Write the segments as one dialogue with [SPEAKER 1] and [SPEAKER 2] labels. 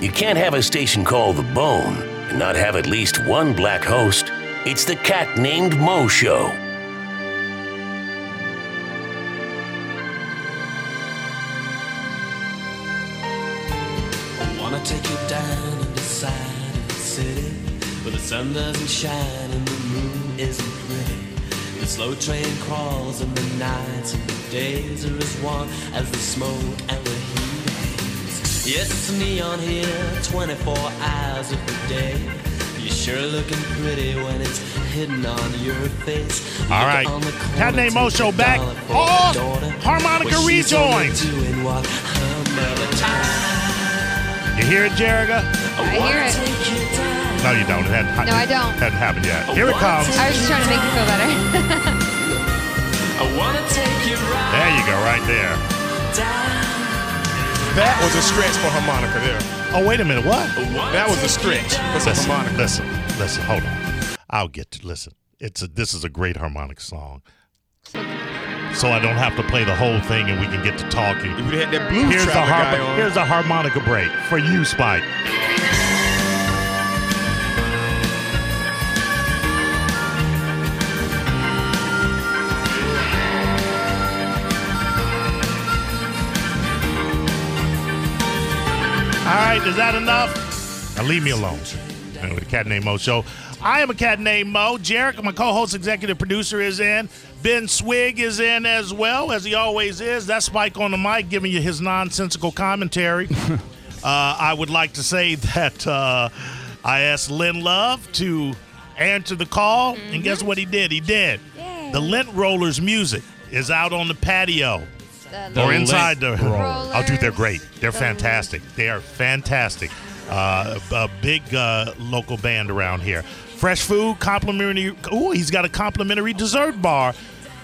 [SPEAKER 1] You can't have a station called The Bone and not have at least one black host. It's the cat named Mo Show.
[SPEAKER 2] Wanna take you down in the side of the city Where the sun doesn't shine and the moon isn't pretty The slow train crawls and the nights and the days are as one as the smoke and the heat hangs. Yes, it's neon here, 24 hours of the day You're sure looking pretty when it's hidden on your face
[SPEAKER 3] All right. Cat named Mo Show back. Oh, harmonica rejoins. You hear it, Jerica?
[SPEAKER 4] I hear it.
[SPEAKER 3] No, you don't. It hadn't hap-
[SPEAKER 4] No, I don't.
[SPEAKER 3] Hadn't happened
[SPEAKER 5] Oh,
[SPEAKER 3] yet. Here it comes.
[SPEAKER 4] I was just trying to make you feel better.
[SPEAKER 2] I wanna take you right
[SPEAKER 3] There you go, right there.
[SPEAKER 2] down.
[SPEAKER 5] That was a stretch for harmonica there.
[SPEAKER 3] Oh, wait a minute. What?
[SPEAKER 5] That was a stretch for some
[SPEAKER 3] Listen,
[SPEAKER 5] harmonica.
[SPEAKER 3] listen, listen. Hold on. I'll get to listen. It's a, this is a great harmonic song, so I don't have to play the whole thing, and we can get to talking.
[SPEAKER 5] If you had that blues
[SPEAKER 3] Here's a,
[SPEAKER 5] traveler guy
[SPEAKER 3] harmo-
[SPEAKER 5] on.
[SPEAKER 3] here's a harmonica break for you, Spike. All right, is that enough? Now leave me alone. And with the Cat Named Mo show. I am a cat named Mo. Jarek, my co-host, executive producer, is in. Ben Swig is in as well, as he always is. That's Spike on the mic giving you his nonsensical commentary. uh, I would like to say that uh, I asked Lynn Love to answer the call, and guess what he did? He did. The Lint Rollers music is out on the patio or inside the
[SPEAKER 4] Rollers.
[SPEAKER 3] Oh, dude, they're great. They're fantastic. They are fantastic. Uh, a big uh, local band around here. Fresh food, complimentary. Ooh, he's got a complimentary dessert bar,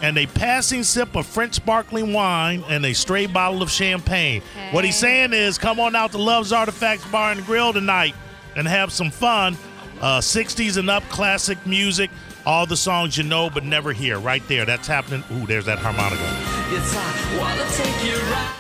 [SPEAKER 3] and a passing sip of French sparkling wine and a stray bottle of champagne. What he's saying is, come on out to Love's Artifacts Bar and Grill tonight and have some fun. Uh, 60s and up classic music, all the songs you know but never hear. Right there, that's happening. Ooh, there's that harmonica
[SPEAKER 2] Yes, I wanna take you right.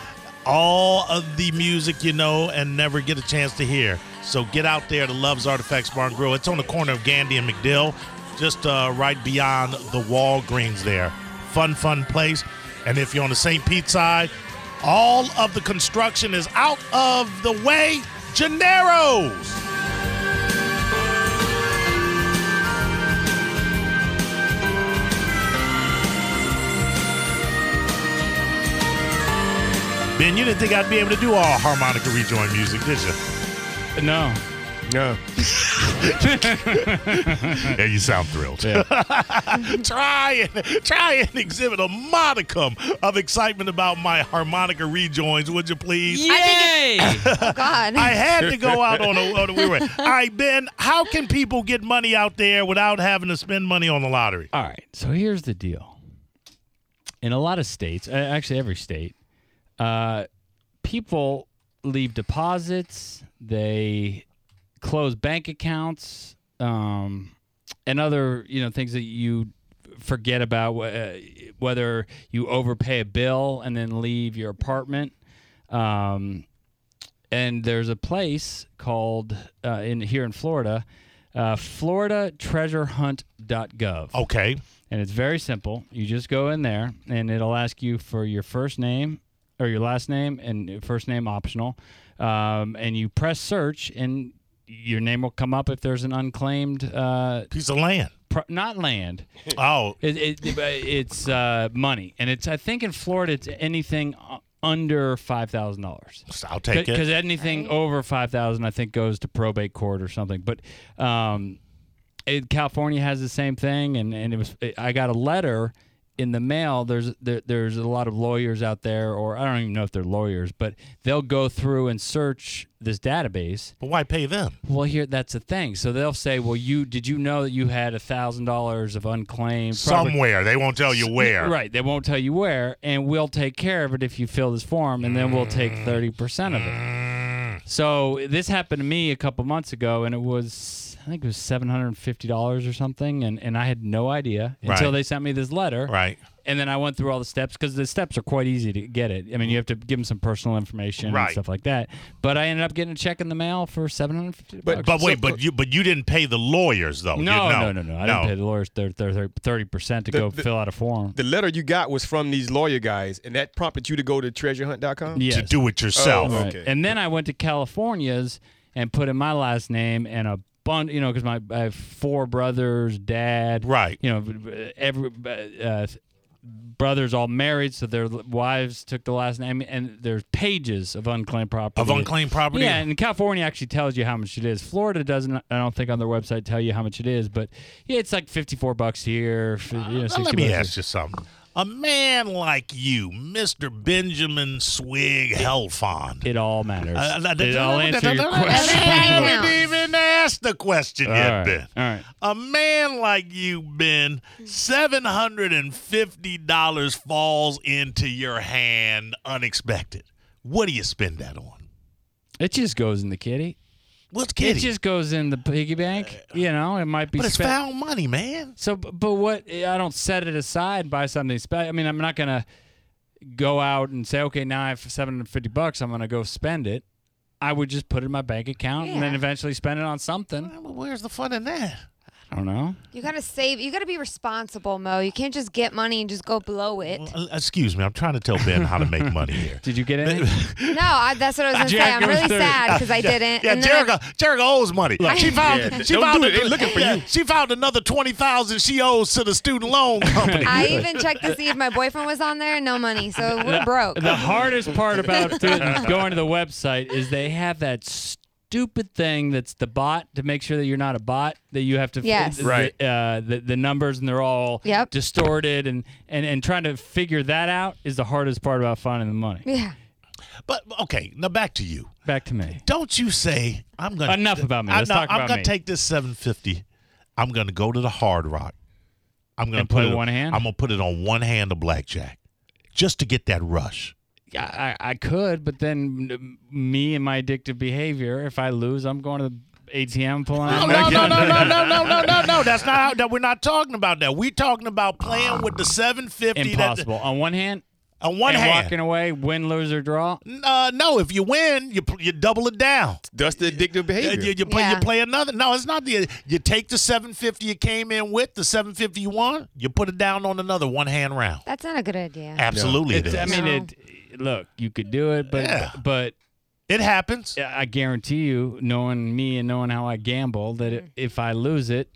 [SPEAKER 3] all of the music you know and never get a chance to hear. So get out there to Love's Artifacts Bar and Grill. It's on the corner of Gandhi and McDill, just uh, right beyond the Walgreens there. Fun, fun place. And if you're on the St. Pete side, all of the construction is out of the way. Gennaro's. Ben, you didn't think I'd be able to do all harmonica rejoin music, did you?
[SPEAKER 6] No.
[SPEAKER 5] No.
[SPEAKER 3] Yeah, you sound thrilled. try and try and exhibit a modicum of excitement about my harmonica rejoins, would you please?
[SPEAKER 6] Yay!
[SPEAKER 4] Oh, God.
[SPEAKER 3] I had to go out on a, on a we were. All right, Ben, how can people get money out there without having to spend money on the lottery?
[SPEAKER 6] All right. So here's the deal. In a lot of states, uh, actually every state, uh, people leave deposits. They close bank accounts um, and other you know things that you forget about wh- uh, whether you overpay a bill and then leave your apartment. Um, and there's a place called uh, in here in Florida, uh, FloridaTreasureHunt.gov.
[SPEAKER 3] Okay.
[SPEAKER 6] And it's very simple. You just go in there and it'll ask you for your first name or your last name and first name optional. Um, and you press search and your name will come up if there's an unclaimed, uh,
[SPEAKER 3] Piece of land.
[SPEAKER 6] pro- not land.
[SPEAKER 3] Oh,
[SPEAKER 6] It, it, it's uh, money. And it's, I think in Florida, it's anything uh, under $5,000
[SPEAKER 3] I'll take
[SPEAKER 6] because
[SPEAKER 3] it.
[SPEAKER 6] anything over five thousand, I think, goes to probate court or something. But um, it, California has the same thing, and and it was I got a letter in the mail. There's there, there's a lot of lawyers out there, or I don't even know if they're lawyers, but they'll go through and search this database.
[SPEAKER 3] But why pay them?
[SPEAKER 6] Well, here that's the thing. So they'll say, well, you did you know that you had a thousand dollars of unclaimed property?
[SPEAKER 3] Somewhere. They won't tell you where.
[SPEAKER 6] Right. They won't tell you where, and we'll take care of it if you fill this form, and then we'll take
[SPEAKER 3] Mm.
[SPEAKER 6] 30% of it. So this happened to me a couple months ago, and it was, I think it was seven hundred and fifty dollars or something, and and I had no idea until
[SPEAKER 3] Right.
[SPEAKER 6] they sent me this letter.
[SPEAKER 3] Right.
[SPEAKER 6] And then I went through all the steps because the steps are quite easy to get it. I mean, you have to give them some personal information
[SPEAKER 3] Right.
[SPEAKER 6] and stuff like that. But I ended up getting a check in the mail for seven hundred fifty.
[SPEAKER 5] But-
[SPEAKER 3] But wait, but you but you didn't pay the lawyers though. You-
[SPEAKER 6] no, no, no, no, I didn't pay the lawyers thirty percent to
[SPEAKER 5] The-
[SPEAKER 6] go
[SPEAKER 5] the-
[SPEAKER 6] fill out a form.
[SPEAKER 5] The letter you got was from these lawyer guys, and that prompted you to go to treasurehunt.com?
[SPEAKER 6] yes.
[SPEAKER 3] to do it yourself.
[SPEAKER 5] Oh,
[SPEAKER 6] Right.
[SPEAKER 5] Okay.
[SPEAKER 6] And then I went to California's and put in my last name and a bunch, you know, because my I have four brothers, dad,
[SPEAKER 3] Right.
[SPEAKER 6] You know, every uh, brothers all married, so their wives took the last name, and there's pages of unclaimed property.
[SPEAKER 3] Of unclaimed property.
[SPEAKER 6] Yeah, and California actually tells you how much it is. Florida doesn't. I don't think on their website tell you how much it is, but yeah, it's like fifty-four bucks here. f- You know,
[SPEAKER 3] Now,
[SPEAKER 6] 60
[SPEAKER 3] Uh, let me
[SPEAKER 6] bucks
[SPEAKER 3] ask you something. A man like you, Mr. Benjamin Swig Helfond.
[SPEAKER 6] here. It all matters.
[SPEAKER 3] Uh, that-
[SPEAKER 6] it all
[SPEAKER 3] that-
[SPEAKER 6] answer your
[SPEAKER 3] that-
[SPEAKER 6] question.
[SPEAKER 3] I
[SPEAKER 4] Everything
[SPEAKER 3] haven't
[SPEAKER 4] counts.
[SPEAKER 3] even asked the question
[SPEAKER 6] All
[SPEAKER 3] yet,
[SPEAKER 6] right,
[SPEAKER 3] Ben.
[SPEAKER 6] all right.
[SPEAKER 3] A man like you, Ben, seven hundred and fifty dollars falls into your hand unexpected. What do you spend that on?
[SPEAKER 6] It just goes in the kitty.
[SPEAKER 3] What's
[SPEAKER 6] It
[SPEAKER 3] kidding? Uh,
[SPEAKER 6] just goes in the piggy bank. You know, it might be.
[SPEAKER 3] but it's
[SPEAKER 6] spent-
[SPEAKER 3] found money, man.
[SPEAKER 6] So, b- but what? I don't set it aside and buy something special. I mean, I'm not gonna go out and say, okay, now I have 750 bucks. I'm gonna go spend it. I would just put it in my bank account and then
[SPEAKER 4] Yeah.
[SPEAKER 6] eventually spend it on something.
[SPEAKER 3] Well, Where's the fun in that?
[SPEAKER 6] I don't know.
[SPEAKER 4] You gotta save. You gotta be responsible, Mo. You can't just get money and just go blow it. No,
[SPEAKER 3] Well, uh, Excuse me, I'm trying to tell Ben how to make money here.
[SPEAKER 6] Did you get any?
[SPEAKER 4] I, that's what I was gonna say.
[SPEAKER 6] Jack,
[SPEAKER 4] I'm
[SPEAKER 6] it was
[SPEAKER 4] really
[SPEAKER 6] thirty.
[SPEAKER 4] sad because I didn't.
[SPEAKER 3] Yeah,
[SPEAKER 4] and then
[SPEAKER 3] Jericho, Jericho owes money. she found,
[SPEAKER 5] Yeah,
[SPEAKER 3] she
[SPEAKER 5] don't
[SPEAKER 3] found,
[SPEAKER 5] do it. They looking for
[SPEAKER 3] yeah,
[SPEAKER 5] you.
[SPEAKER 3] She found another twenty thousand she owes to the student loan company.
[SPEAKER 4] I, I even checked to see if my boyfriend was on there. No money, so we're broke.
[SPEAKER 6] The hardest part about doing- going to the website is they have that stupid thing that's the bot to make sure that you're not a bot that you have to
[SPEAKER 4] Yes.
[SPEAKER 5] Right.
[SPEAKER 6] the, uh, the, the numbers and they're all
[SPEAKER 4] Yep.
[SPEAKER 6] distorted and, and and trying to figure that out is the hardest part about finding the money
[SPEAKER 4] yeah.
[SPEAKER 3] but okay, now back to you.
[SPEAKER 6] back to me
[SPEAKER 3] Don't you say I'm gonna
[SPEAKER 6] Enough about me.
[SPEAKER 3] I,
[SPEAKER 6] Let's talk
[SPEAKER 3] am
[SPEAKER 6] about
[SPEAKER 3] gonna
[SPEAKER 6] me.
[SPEAKER 3] take this 750. I'm gonna go to the Hard Rock. I'm gonna
[SPEAKER 6] And play
[SPEAKER 3] put it
[SPEAKER 6] one hand?
[SPEAKER 3] I'm gonna put it on one hand of blackjack, just to get that rush.
[SPEAKER 6] I, I I could but then m- me and my addictive behavior if I lose I'm going to the ATM pulling
[SPEAKER 3] No,
[SPEAKER 6] out my-
[SPEAKER 3] no, no, no, no, no, no, no, no. That's not how. That we're not talking about that. We're talking about playing with the 750.
[SPEAKER 6] impossible on one hand
[SPEAKER 3] That, on one
[SPEAKER 6] and
[SPEAKER 3] hand.
[SPEAKER 6] walking away win lose or draw
[SPEAKER 3] Uh, no, if you win, you pl- you double it down.
[SPEAKER 5] That's the addictive
[SPEAKER 3] You,
[SPEAKER 5] behavior.
[SPEAKER 3] you, you play you
[SPEAKER 4] Yeah.
[SPEAKER 3] play another. No, it's not the. You take the 750 you came in with, the 750 you won. You put it down on another one hand round.
[SPEAKER 4] That's not a good idea.
[SPEAKER 3] Absolutely, it
[SPEAKER 6] It's-
[SPEAKER 3] is.
[SPEAKER 6] I mean, it, look, you could do it, but
[SPEAKER 3] Yeah.
[SPEAKER 6] but
[SPEAKER 3] it happens.
[SPEAKER 6] I guarantee you, knowing me and knowing how I gamble, that
[SPEAKER 4] Mm-hmm.
[SPEAKER 6] i if I lose it,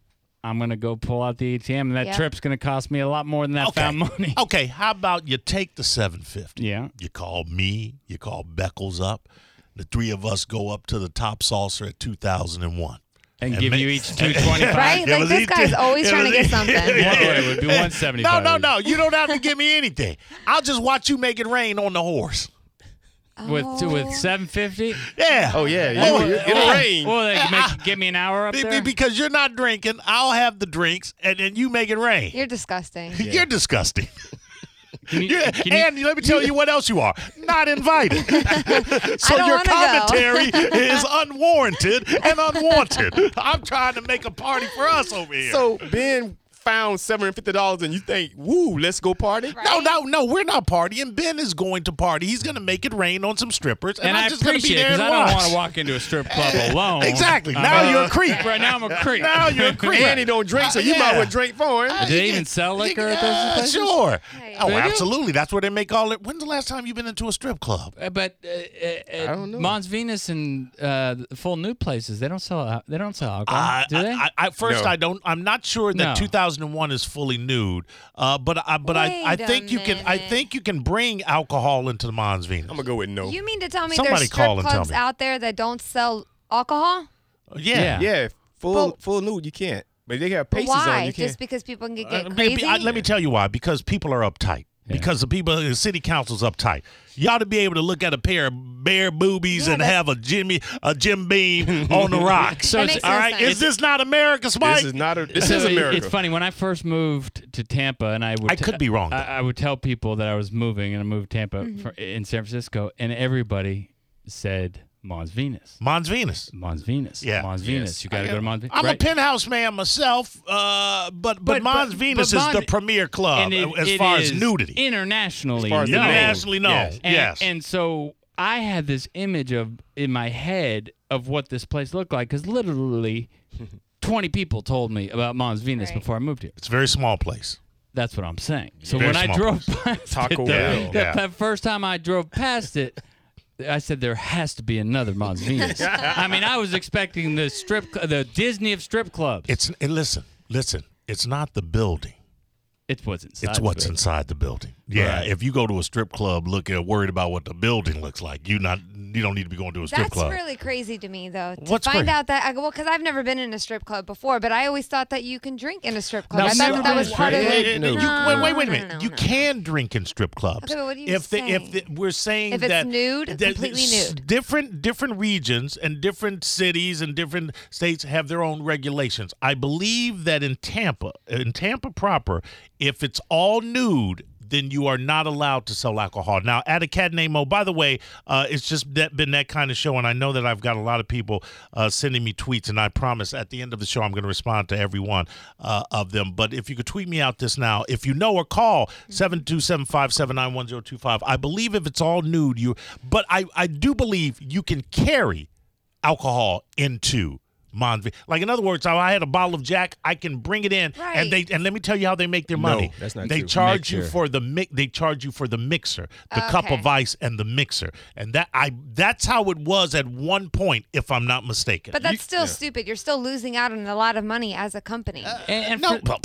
[SPEAKER 6] I'm gonna go pull out the ATM, and that
[SPEAKER 4] Yeah.
[SPEAKER 6] trip's gonna cost me a lot more than that
[SPEAKER 3] Okay.
[SPEAKER 6] found money.
[SPEAKER 3] Okay, how about you take the 750?
[SPEAKER 6] Yeah.
[SPEAKER 3] You call me, you call Beckles up. The three of us go up to the top saucer at 2001.
[SPEAKER 6] And,
[SPEAKER 3] And
[SPEAKER 6] give
[SPEAKER 3] ma-
[SPEAKER 6] you each two twenty-five.
[SPEAKER 4] Right?
[SPEAKER 3] It
[SPEAKER 4] Like,
[SPEAKER 3] was
[SPEAKER 4] this
[SPEAKER 3] each-
[SPEAKER 4] guy's always
[SPEAKER 3] it
[SPEAKER 4] trying to
[SPEAKER 3] was
[SPEAKER 4] get
[SPEAKER 3] each-
[SPEAKER 4] something.
[SPEAKER 6] One way would be one
[SPEAKER 3] No,
[SPEAKER 6] seventy-five.
[SPEAKER 3] no, no. You don't have to give me anything. I'll just watch you make it rain on the horse.
[SPEAKER 6] With
[SPEAKER 4] Oh.
[SPEAKER 6] with seven fifty.
[SPEAKER 3] Yeah.
[SPEAKER 5] oh, yeah. You,
[SPEAKER 3] Oh,
[SPEAKER 5] you-
[SPEAKER 3] yeah.
[SPEAKER 5] it'll rain.
[SPEAKER 6] Well, they can make, give me an hour up
[SPEAKER 3] Be- be-
[SPEAKER 6] there.
[SPEAKER 3] Because you're not drinking, I'll have the drinks, and then you make it rain.
[SPEAKER 4] You're disgusting.
[SPEAKER 3] You're disgusting.
[SPEAKER 6] Can you-
[SPEAKER 3] You're-
[SPEAKER 6] can you-
[SPEAKER 3] and let me tell you what else you are not invited. so
[SPEAKER 4] I don't
[SPEAKER 3] your
[SPEAKER 4] wanna go.
[SPEAKER 3] commentary is unwarranted and unwanted. I'm trying to make a party for us over here.
[SPEAKER 5] So Ben found $750 and you think, woo, let's go party?
[SPEAKER 3] no, no, no, we're not partying. Ben is going to party. He's going to make it rain on some strippers, and,
[SPEAKER 6] and
[SPEAKER 3] I'm
[SPEAKER 6] I
[SPEAKER 3] just going to be
[SPEAKER 6] appreciate
[SPEAKER 3] there
[SPEAKER 6] it because
[SPEAKER 3] and
[SPEAKER 6] I don't
[SPEAKER 3] watch.
[SPEAKER 6] want to walk into a strip club alone.
[SPEAKER 3] Exactly.
[SPEAKER 6] I'm
[SPEAKER 3] Now
[SPEAKER 6] a-
[SPEAKER 3] you're a creep.
[SPEAKER 6] Right now I'm a creep.
[SPEAKER 3] Now you're a creep.
[SPEAKER 5] And he don't drink, so you
[SPEAKER 3] Yeah.
[SPEAKER 5] might well drink for
[SPEAKER 4] Uh,
[SPEAKER 5] him.
[SPEAKER 6] Do they even sell liquor at those
[SPEAKER 3] Uh,
[SPEAKER 6] places?
[SPEAKER 3] sure.
[SPEAKER 4] yeah.
[SPEAKER 3] Oh,
[SPEAKER 6] They do?
[SPEAKER 3] absolutely. That's where they make all it. When's the last time you've been into a strip club?
[SPEAKER 6] Uh, But uh, uh, uh,
[SPEAKER 5] don't know.
[SPEAKER 6] Mons Venus and uh, the full new places they don't sell al- they don't sell alcohol,
[SPEAKER 3] I,
[SPEAKER 6] do they?
[SPEAKER 3] I, I, first,
[SPEAKER 5] No.
[SPEAKER 3] I don't. I'm not sure that
[SPEAKER 6] No.
[SPEAKER 3] 2001 is fully nude, uh, but I, but
[SPEAKER 4] Wait
[SPEAKER 3] I, I
[SPEAKER 4] a
[SPEAKER 3] think you can. I
[SPEAKER 4] minute.
[SPEAKER 3] think you can bring alcohol into the Mons Venus.
[SPEAKER 5] I'm going to go with no.
[SPEAKER 4] You mean to tell me
[SPEAKER 3] Somebody
[SPEAKER 4] there's
[SPEAKER 3] call
[SPEAKER 4] strip
[SPEAKER 3] and tell
[SPEAKER 4] clubs
[SPEAKER 3] me.
[SPEAKER 4] out there that don't sell alcohol?
[SPEAKER 3] yeah.
[SPEAKER 5] yeah, full
[SPEAKER 4] Well-
[SPEAKER 5] full nude, you can't. But if they have
[SPEAKER 4] But
[SPEAKER 5] pasties on,
[SPEAKER 4] Why?
[SPEAKER 5] you can't.
[SPEAKER 4] Just because people can get,
[SPEAKER 3] Uh,
[SPEAKER 4] get
[SPEAKER 3] be-
[SPEAKER 4] crazy?
[SPEAKER 3] be- I- let me tell you why. Because people are uptight. Because the people, the city council's uptight. You ought to be able to look at a pair of bare boobies
[SPEAKER 4] Yeah,
[SPEAKER 3] and
[SPEAKER 4] that's-
[SPEAKER 3] have a Jimmy, a Jim Beam on the rocks.
[SPEAKER 6] So
[SPEAKER 4] That
[SPEAKER 6] it's-
[SPEAKER 4] makes no
[SPEAKER 3] all right,
[SPEAKER 4] sense.
[SPEAKER 3] is this not America, Spike?
[SPEAKER 5] this is not a. This
[SPEAKER 6] So
[SPEAKER 5] is
[SPEAKER 6] it-
[SPEAKER 5] America.
[SPEAKER 6] It's funny when I first moved to Tampa, and I would
[SPEAKER 3] I could be wrong, though.
[SPEAKER 6] I, I would tell
[SPEAKER 3] Mm-hmm.
[SPEAKER 6] people that I was moving, and I moved to Tampa for, in San Francisco, and everybody said Mons Venus.
[SPEAKER 3] Mons Venus.
[SPEAKER 6] Mons Venus.
[SPEAKER 3] Yeah.
[SPEAKER 6] Mons Venus. You got to go to Mons Venus.
[SPEAKER 3] I'm a penthouse man myself, uh, but, but
[SPEAKER 6] But-
[SPEAKER 3] Mons
[SPEAKER 6] but-
[SPEAKER 3] Venus
[SPEAKER 6] but
[SPEAKER 3] is the
[SPEAKER 6] Mons-
[SPEAKER 3] premier club
[SPEAKER 6] And it-
[SPEAKER 3] Um, as
[SPEAKER 6] it
[SPEAKER 3] far
[SPEAKER 6] is
[SPEAKER 3] as nudity.
[SPEAKER 6] Internationally.
[SPEAKER 5] far as the
[SPEAKER 6] known.
[SPEAKER 5] name.
[SPEAKER 3] Internationally known. Yes.
[SPEAKER 5] Yes.
[SPEAKER 6] And, and so I had this image of in my head of what this place looked like because literally 20 people told me about Mons Venus
[SPEAKER 4] Right.
[SPEAKER 6] before I moved here.
[SPEAKER 3] it's a very small place.
[SPEAKER 6] That's what I'm saying. So
[SPEAKER 3] Very
[SPEAKER 6] when I
[SPEAKER 3] small
[SPEAKER 6] drove past
[SPEAKER 5] Taco
[SPEAKER 6] it,
[SPEAKER 5] Bell.
[SPEAKER 6] the,
[SPEAKER 3] Yeah.
[SPEAKER 6] the first time I drove past it, I said there has to be another Mons Venus. I mean, I was expecting the strip, cl- the Disney of strip clubs.
[SPEAKER 3] It's and listen, listen. It's not the building.
[SPEAKER 6] it's what's inside.
[SPEAKER 3] It's
[SPEAKER 6] of
[SPEAKER 3] what's
[SPEAKER 6] it.
[SPEAKER 3] inside the building. Yeah,
[SPEAKER 6] Right.
[SPEAKER 3] if you go to a strip club, looking worried about what the building looks like, you not you don't need to be going to a strip
[SPEAKER 4] That's
[SPEAKER 3] club.
[SPEAKER 4] really crazy to me, though. To
[SPEAKER 3] What's
[SPEAKER 4] find
[SPEAKER 3] crazy?
[SPEAKER 4] out that I, well, because I've never been in a strip club before, but I always thought that you can drink in a strip club.
[SPEAKER 6] No,
[SPEAKER 4] I
[SPEAKER 6] I've
[SPEAKER 4] thought
[SPEAKER 6] never
[SPEAKER 4] that,
[SPEAKER 6] been
[SPEAKER 4] was
[SPEAKER 6] in a
[SPEAKER 4] part of
[SPEAKER 5] strip
[SPEAKER 4] the.
[SPEAKER 5] club.
[SPEAKER 3] Hey, hey,
[SPEAKER 5] No,
[SPEAKER 3] you-
[SPEAKER 4] no,
[SPEAKER 3] wait, wait, wait a
[SPEAKER 4] no,
[SPEAKER 3] minute.
[SPEAKER 4] no,
[SPEAKER 3] you
[SPEAKER 4] no.
[SPEAKER 3] can drink in strip clubs.
[SPEAKER 4] Okay, but what are you
[SPEAKER 3] if the, if
[SPEAKER 4] saying?
[SPEAKER 3] the, we're saying
[SPEAKER 4] If it's
[SPEAKER 3] that
[SPEAKER 4] nude, completely
[SPEAKER 3] s-
[SPEAKER 4] nude.
[SPEAKER 3] different different regions and different cities and different states have their own regulations. I believe that in Tampa, in Tampa proper, if it's all nude. Then you are not allowed to sell alcohol. Now, at a Cat Nemo, by the way, uh, it's just that, been that kind of show, and I know that I've got a lot of people uh, sending me tweets, and I promise at the end of the show I'm going to respond to every one uh, of them. But if you could tweet me out this now, if you know or call
[SPEAKER 4] Mm-hmm.
[SPEAKER 3] 727-579-1025. I believe if it's all nude, you but I, I do believe you can carry alcohol into Mon like in other words, how I had a bottle of Jack, I can bring it in, and
[SPEAKER 4] Right.
[SPEAKER 3] they and let me tell you how they make their money.
[SPEAKER 5] that's not
[SPEAKER 3] they
[SPEAKER 5] true.
[SPEAKER 3] charge you
[SPEAKER 5] Mixer.
[SPEAKER 3] for the mi- they charge you for the mixer, the cup
[SPEAKER 4] Okay.
[SPEAKER 3] of ice, and the mixer, and that I that's how it was at one point, if I'm not mistaken.
[SPEAKER 4] But that's still stupid. You're still losing out on a lot of money as a company.
[SPEAKER 3] Uh,
[SPEAKER 6] And, and
[SPEAKER 3] no,
[SPEAKER 6] for,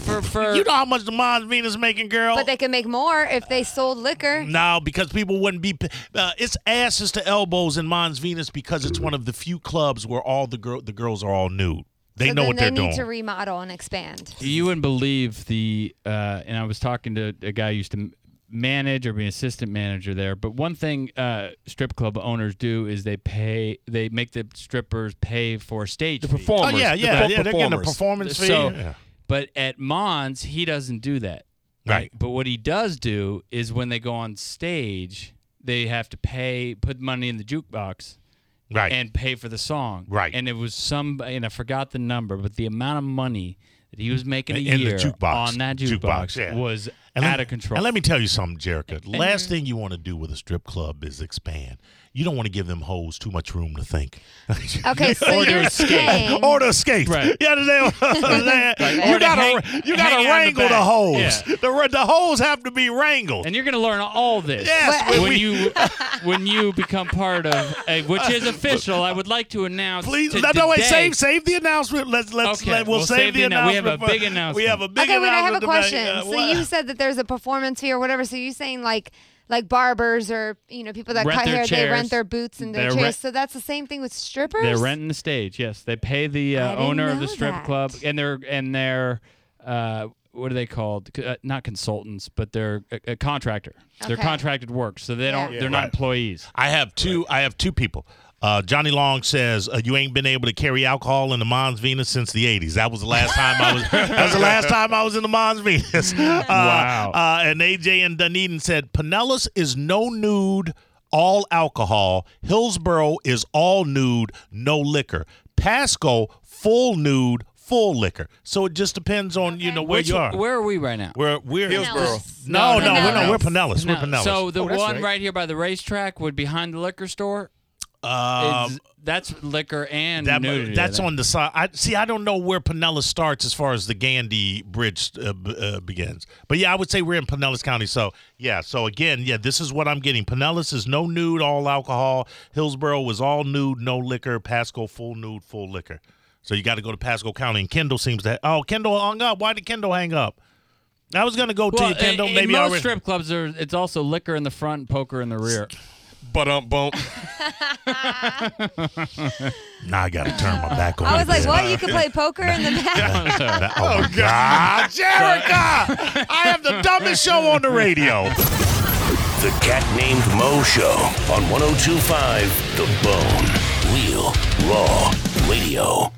[SPEAKER 6] for, for
[SPEAKER 3] you know how much the Mons Venus making, girl.
[SPEAKER 4] but they could make more if they sold liquor.
[SPEAKER 3] No, because people wouldn't be. Uh, it's asses to elbows in Mons Venus because it's one of the few clubs where all the girl the girls are all nude. They
[SPEAKER 4] so
[SPEAKER 3] know
[SPEAKER 4] then
[SPEAKER 3] what
[SPEAKER 4] they
[SPEAKER 3] they're
[SPEAKER 4] need
[SPEAKER 3] doing.
[SPEAKER 4] to remodel and expand.
[SPEAKER 6] You wouldn't believe the, uh, and I was talking to a guy who used to m- manage or be an assistant manager there. But one thing uh, strip club owners do is they pay, they make the strippers pay for stage.
[SPEAKER 5] The
[SPEAKER 6] fee.
[SPEAKER 3] oh
[SPEAKER 5] performers.
[SPEAKER 3] yeah, yeah,
[SPEAKER 5] the
[SPEAKER 3] yeah. They're getting a
[SPEAKER 5] performers.
[SPEAKER 3] performance fee.
[SPEAKER 6] So,
[SPEAKER 3] Yeah.
[SPEAKER 6] but at Mons, he doesn't do that.
[SPEAKER 3] Right.
[SPEAKER 6] But what he does do is when they go on stage, they have to pay, put money in the jukebox,
[SPEAKER 3] Right.
[SPEAKER 6] and pay for the song.
[SPEAKER 3] Right.
[SPEAKER 6] And it was some, and I forgot the number, but the amount of money that he was making a
[SPEAKER 3] In the
[SPEAKER 6] year
[SPEAKER 3] jukebox.
[SPEAKER 6] on that
[SPEAKER 3] Jukebox,
[SPEAKER 6] jukebox,
[SPEAKER 3] yeah.
[SPEAKER 6] was
[SPEAKER 3] And
[SPEAKER 6] out
[SPEAKER 3] let-
[SPEAKER 6] of control.
[SPEAKER 3] And let me tell you something, Jerica.
[SPEAKER 4] Mm-hmm.
[SPEAKER 3] Last thing you want to do with a strip club is expand. You don't want to give them hoes too much room to think.
[SPEAKER 4] Okay, so
[SPEAKER 6] Or to
[SPEAKER 4] you're
[SPEAKER 6] escape.
[SPEAKER 4] saying
[SPEAKER 3] or to escape.
[SPEAKER 6] Right.
[SPEAKER 3] You understand what I'm saying? you
[SPEAKER 6] or to
[SPEAKER 3] gotta
[SPEAKER 6] hang-
[SPEAKER 3] you gotta
[SPEAKER 6] hang out in the
[SPEAKER 3] wrangle the,
[SPEAKER 6] back.
[SPEAKER 3] hoes.
[SPEAKER 6] Yeah.
[SPEAKER 3] The re- the hoes have to be wrangled.
[SPEAKER 6] and you're going to learn all this
[SPEAKER 3] Yes, Well-
[SPEAKER 6] when you when you become part of, a, which is official. I would like to announce.
[SPEAKER 3] Please,
[SPEAKER 6] to
[SPEAKER 3] no, no, wait,
[SPEAKER 6] today-
[SPEAKER 3] save, save the announcement. Let's, let's,
[SPEAKER 6] Okay,
[SPEAKER 3] let, we'll,
[SPEAKER 6] we'll
[SPEAKER 3] save,
[SPEAKER 6] save
[SPEAKER 3] the
[SPEAKER 6] the annou- we
[SPEAKER 3] announcement.
[SPEAKER 6] have a
[SPEAKER 3] for-
[SPEAKER 6] big announcement.
[SPEAKER 3] We have a big
[SPEAKER 4] okay, wait, I have a
[SPEAKER 3] announcement
[SPEAKER 4] question.
[SPEAKER 3] today. Uh,
[SPEAKER 4] so
[SPEAKER 3] what?
[SPEAKER 4] you said that there's a performance fee or whatever. So you're saying like like barbers or you know people that
[SPEAKER 6] Rent
[SPEAKER 4] cut
[SPEAKER 6] their
[SPEAKER 4] hair, they
[SPEAKER 6] chairs.
[SPEAKER 4] rent their boots and their
[SPEAKER 6] They're
[SPEAKER 4] chairs.
[SPEAKER 6] rent-
[SPEAKER 4] so that's the same thing with strippers.
[SPEAKER 6] They're renting the stage. Yes, they pay the
[SPEAKER 4] I
[SPEAKER 6] uh,
[SPEAKER 4] didn't
[SPEAKER 6] owner of the
[SPEAKER 4] know
[SPEAKER 6] strip
[SPEAKER 4] that.
[SPEAKER 6] club, and they're and they're uh, what are they called? C- Uh, not consultants, but they're a, a contractor. They're
[SPEAKER 4] Okay.
[SPEAKER 6] contracted work, so they don't.
[SPEAKER 4] Yeah.
[SPEAKER 6] They're
[SPEAKER 3] Right.
[SPEAKER 6] not employees.
[SPEAKER 3] I have two. I have two people. Uh, Johnny Long says uh, you ain't been able to carry alcohol in the Mons Venus since the '80s. That was the last time I was. that was the last time I was in the Mons Venus. Uh,
[SPEAKER 6] Wow.
[SPEAKER 3] Uh, and AJ and Dunedin said Pinellas is no nude, all alcohol. Hillsboro is all nude, no liquor. Pasco full nude, full liquor. So it just depends on you know where
[SPEAKER 6] Which-
[SPEAKER 3] you are.
[SPEAKER 6] Where are we right now?
[SPEAKER 3] we're we're
[SPEAKER 5] Hillsboro.
[SPEAKER 3] No, no,
[SPEAKER 4] No,
[SPEAKER 3] we're not. We're
[SPEAKER 4] Pinellas.
[SPEAKER 3] Pinellas. We're
[SPEAKER 6] No,
[SPEAKER 3] Pinellas.
[SPEAKER 6] So the
[SPEAKER 5] Oh,
[SPEAKER 6] one
[SPEAKER 5] that's
[SPEAKER 6] right.
[SPEAKER 5] right.
[SPEAKER 6] here by the racetrack would behind the liquor store.
[SPEAKER 3] um,
[SPEAKER 6] is- that's liquor and
[SPEAKER 3] That,
[SPEAKER 6] nudity. I
[SPEAKER 3] that's
[SPEAKER 6] think.
[SPEAKER 3] on the side. I see. I don't know where Pinellas starts as far as the Gandhi Bridge uh, b- uh, begins, but yeah, I would say we're in Pinellas County. So yeah. So again, yeah, this is what I'm getting. Pinellas is no nude, all alcohol. Hillsboro was all nude, no liquor. Pasco full nude, full liquor. So you got to go to Pasco County, and Kendall seems to. oh, Kendall hung up. Why did Kendall hang up? I was gonna go to you,
[SPEAKER 6] Well, in,
[SPEAKER 3] Kendall.
[SPEAKER 6] in
[SPEAKER 3] Maybe I
[SPEAKER 6] most
[SPEAKER 3] already-
[SPEAKER 6] strip clubs, there, it's also liquor in the front, poker in the rear.
[SPEAKER 5] But um, bump.
[SPEAKER 3] Nah, I gotta turn my back on.
[SPEAKER 4] I was
[SPEAKER 3] it,
[SPEAKER 4] like,
[SPEAKER 3] man.
[SPEAKER 4] what? You could play poker in the back.
[SPEAKER 3] That- oh, my God, Jerica! I have the dumbest show on the radio.
[SPEAKER 1] The Cat Named Mo Show oh on 1025 The Bone. Real, raw, radio.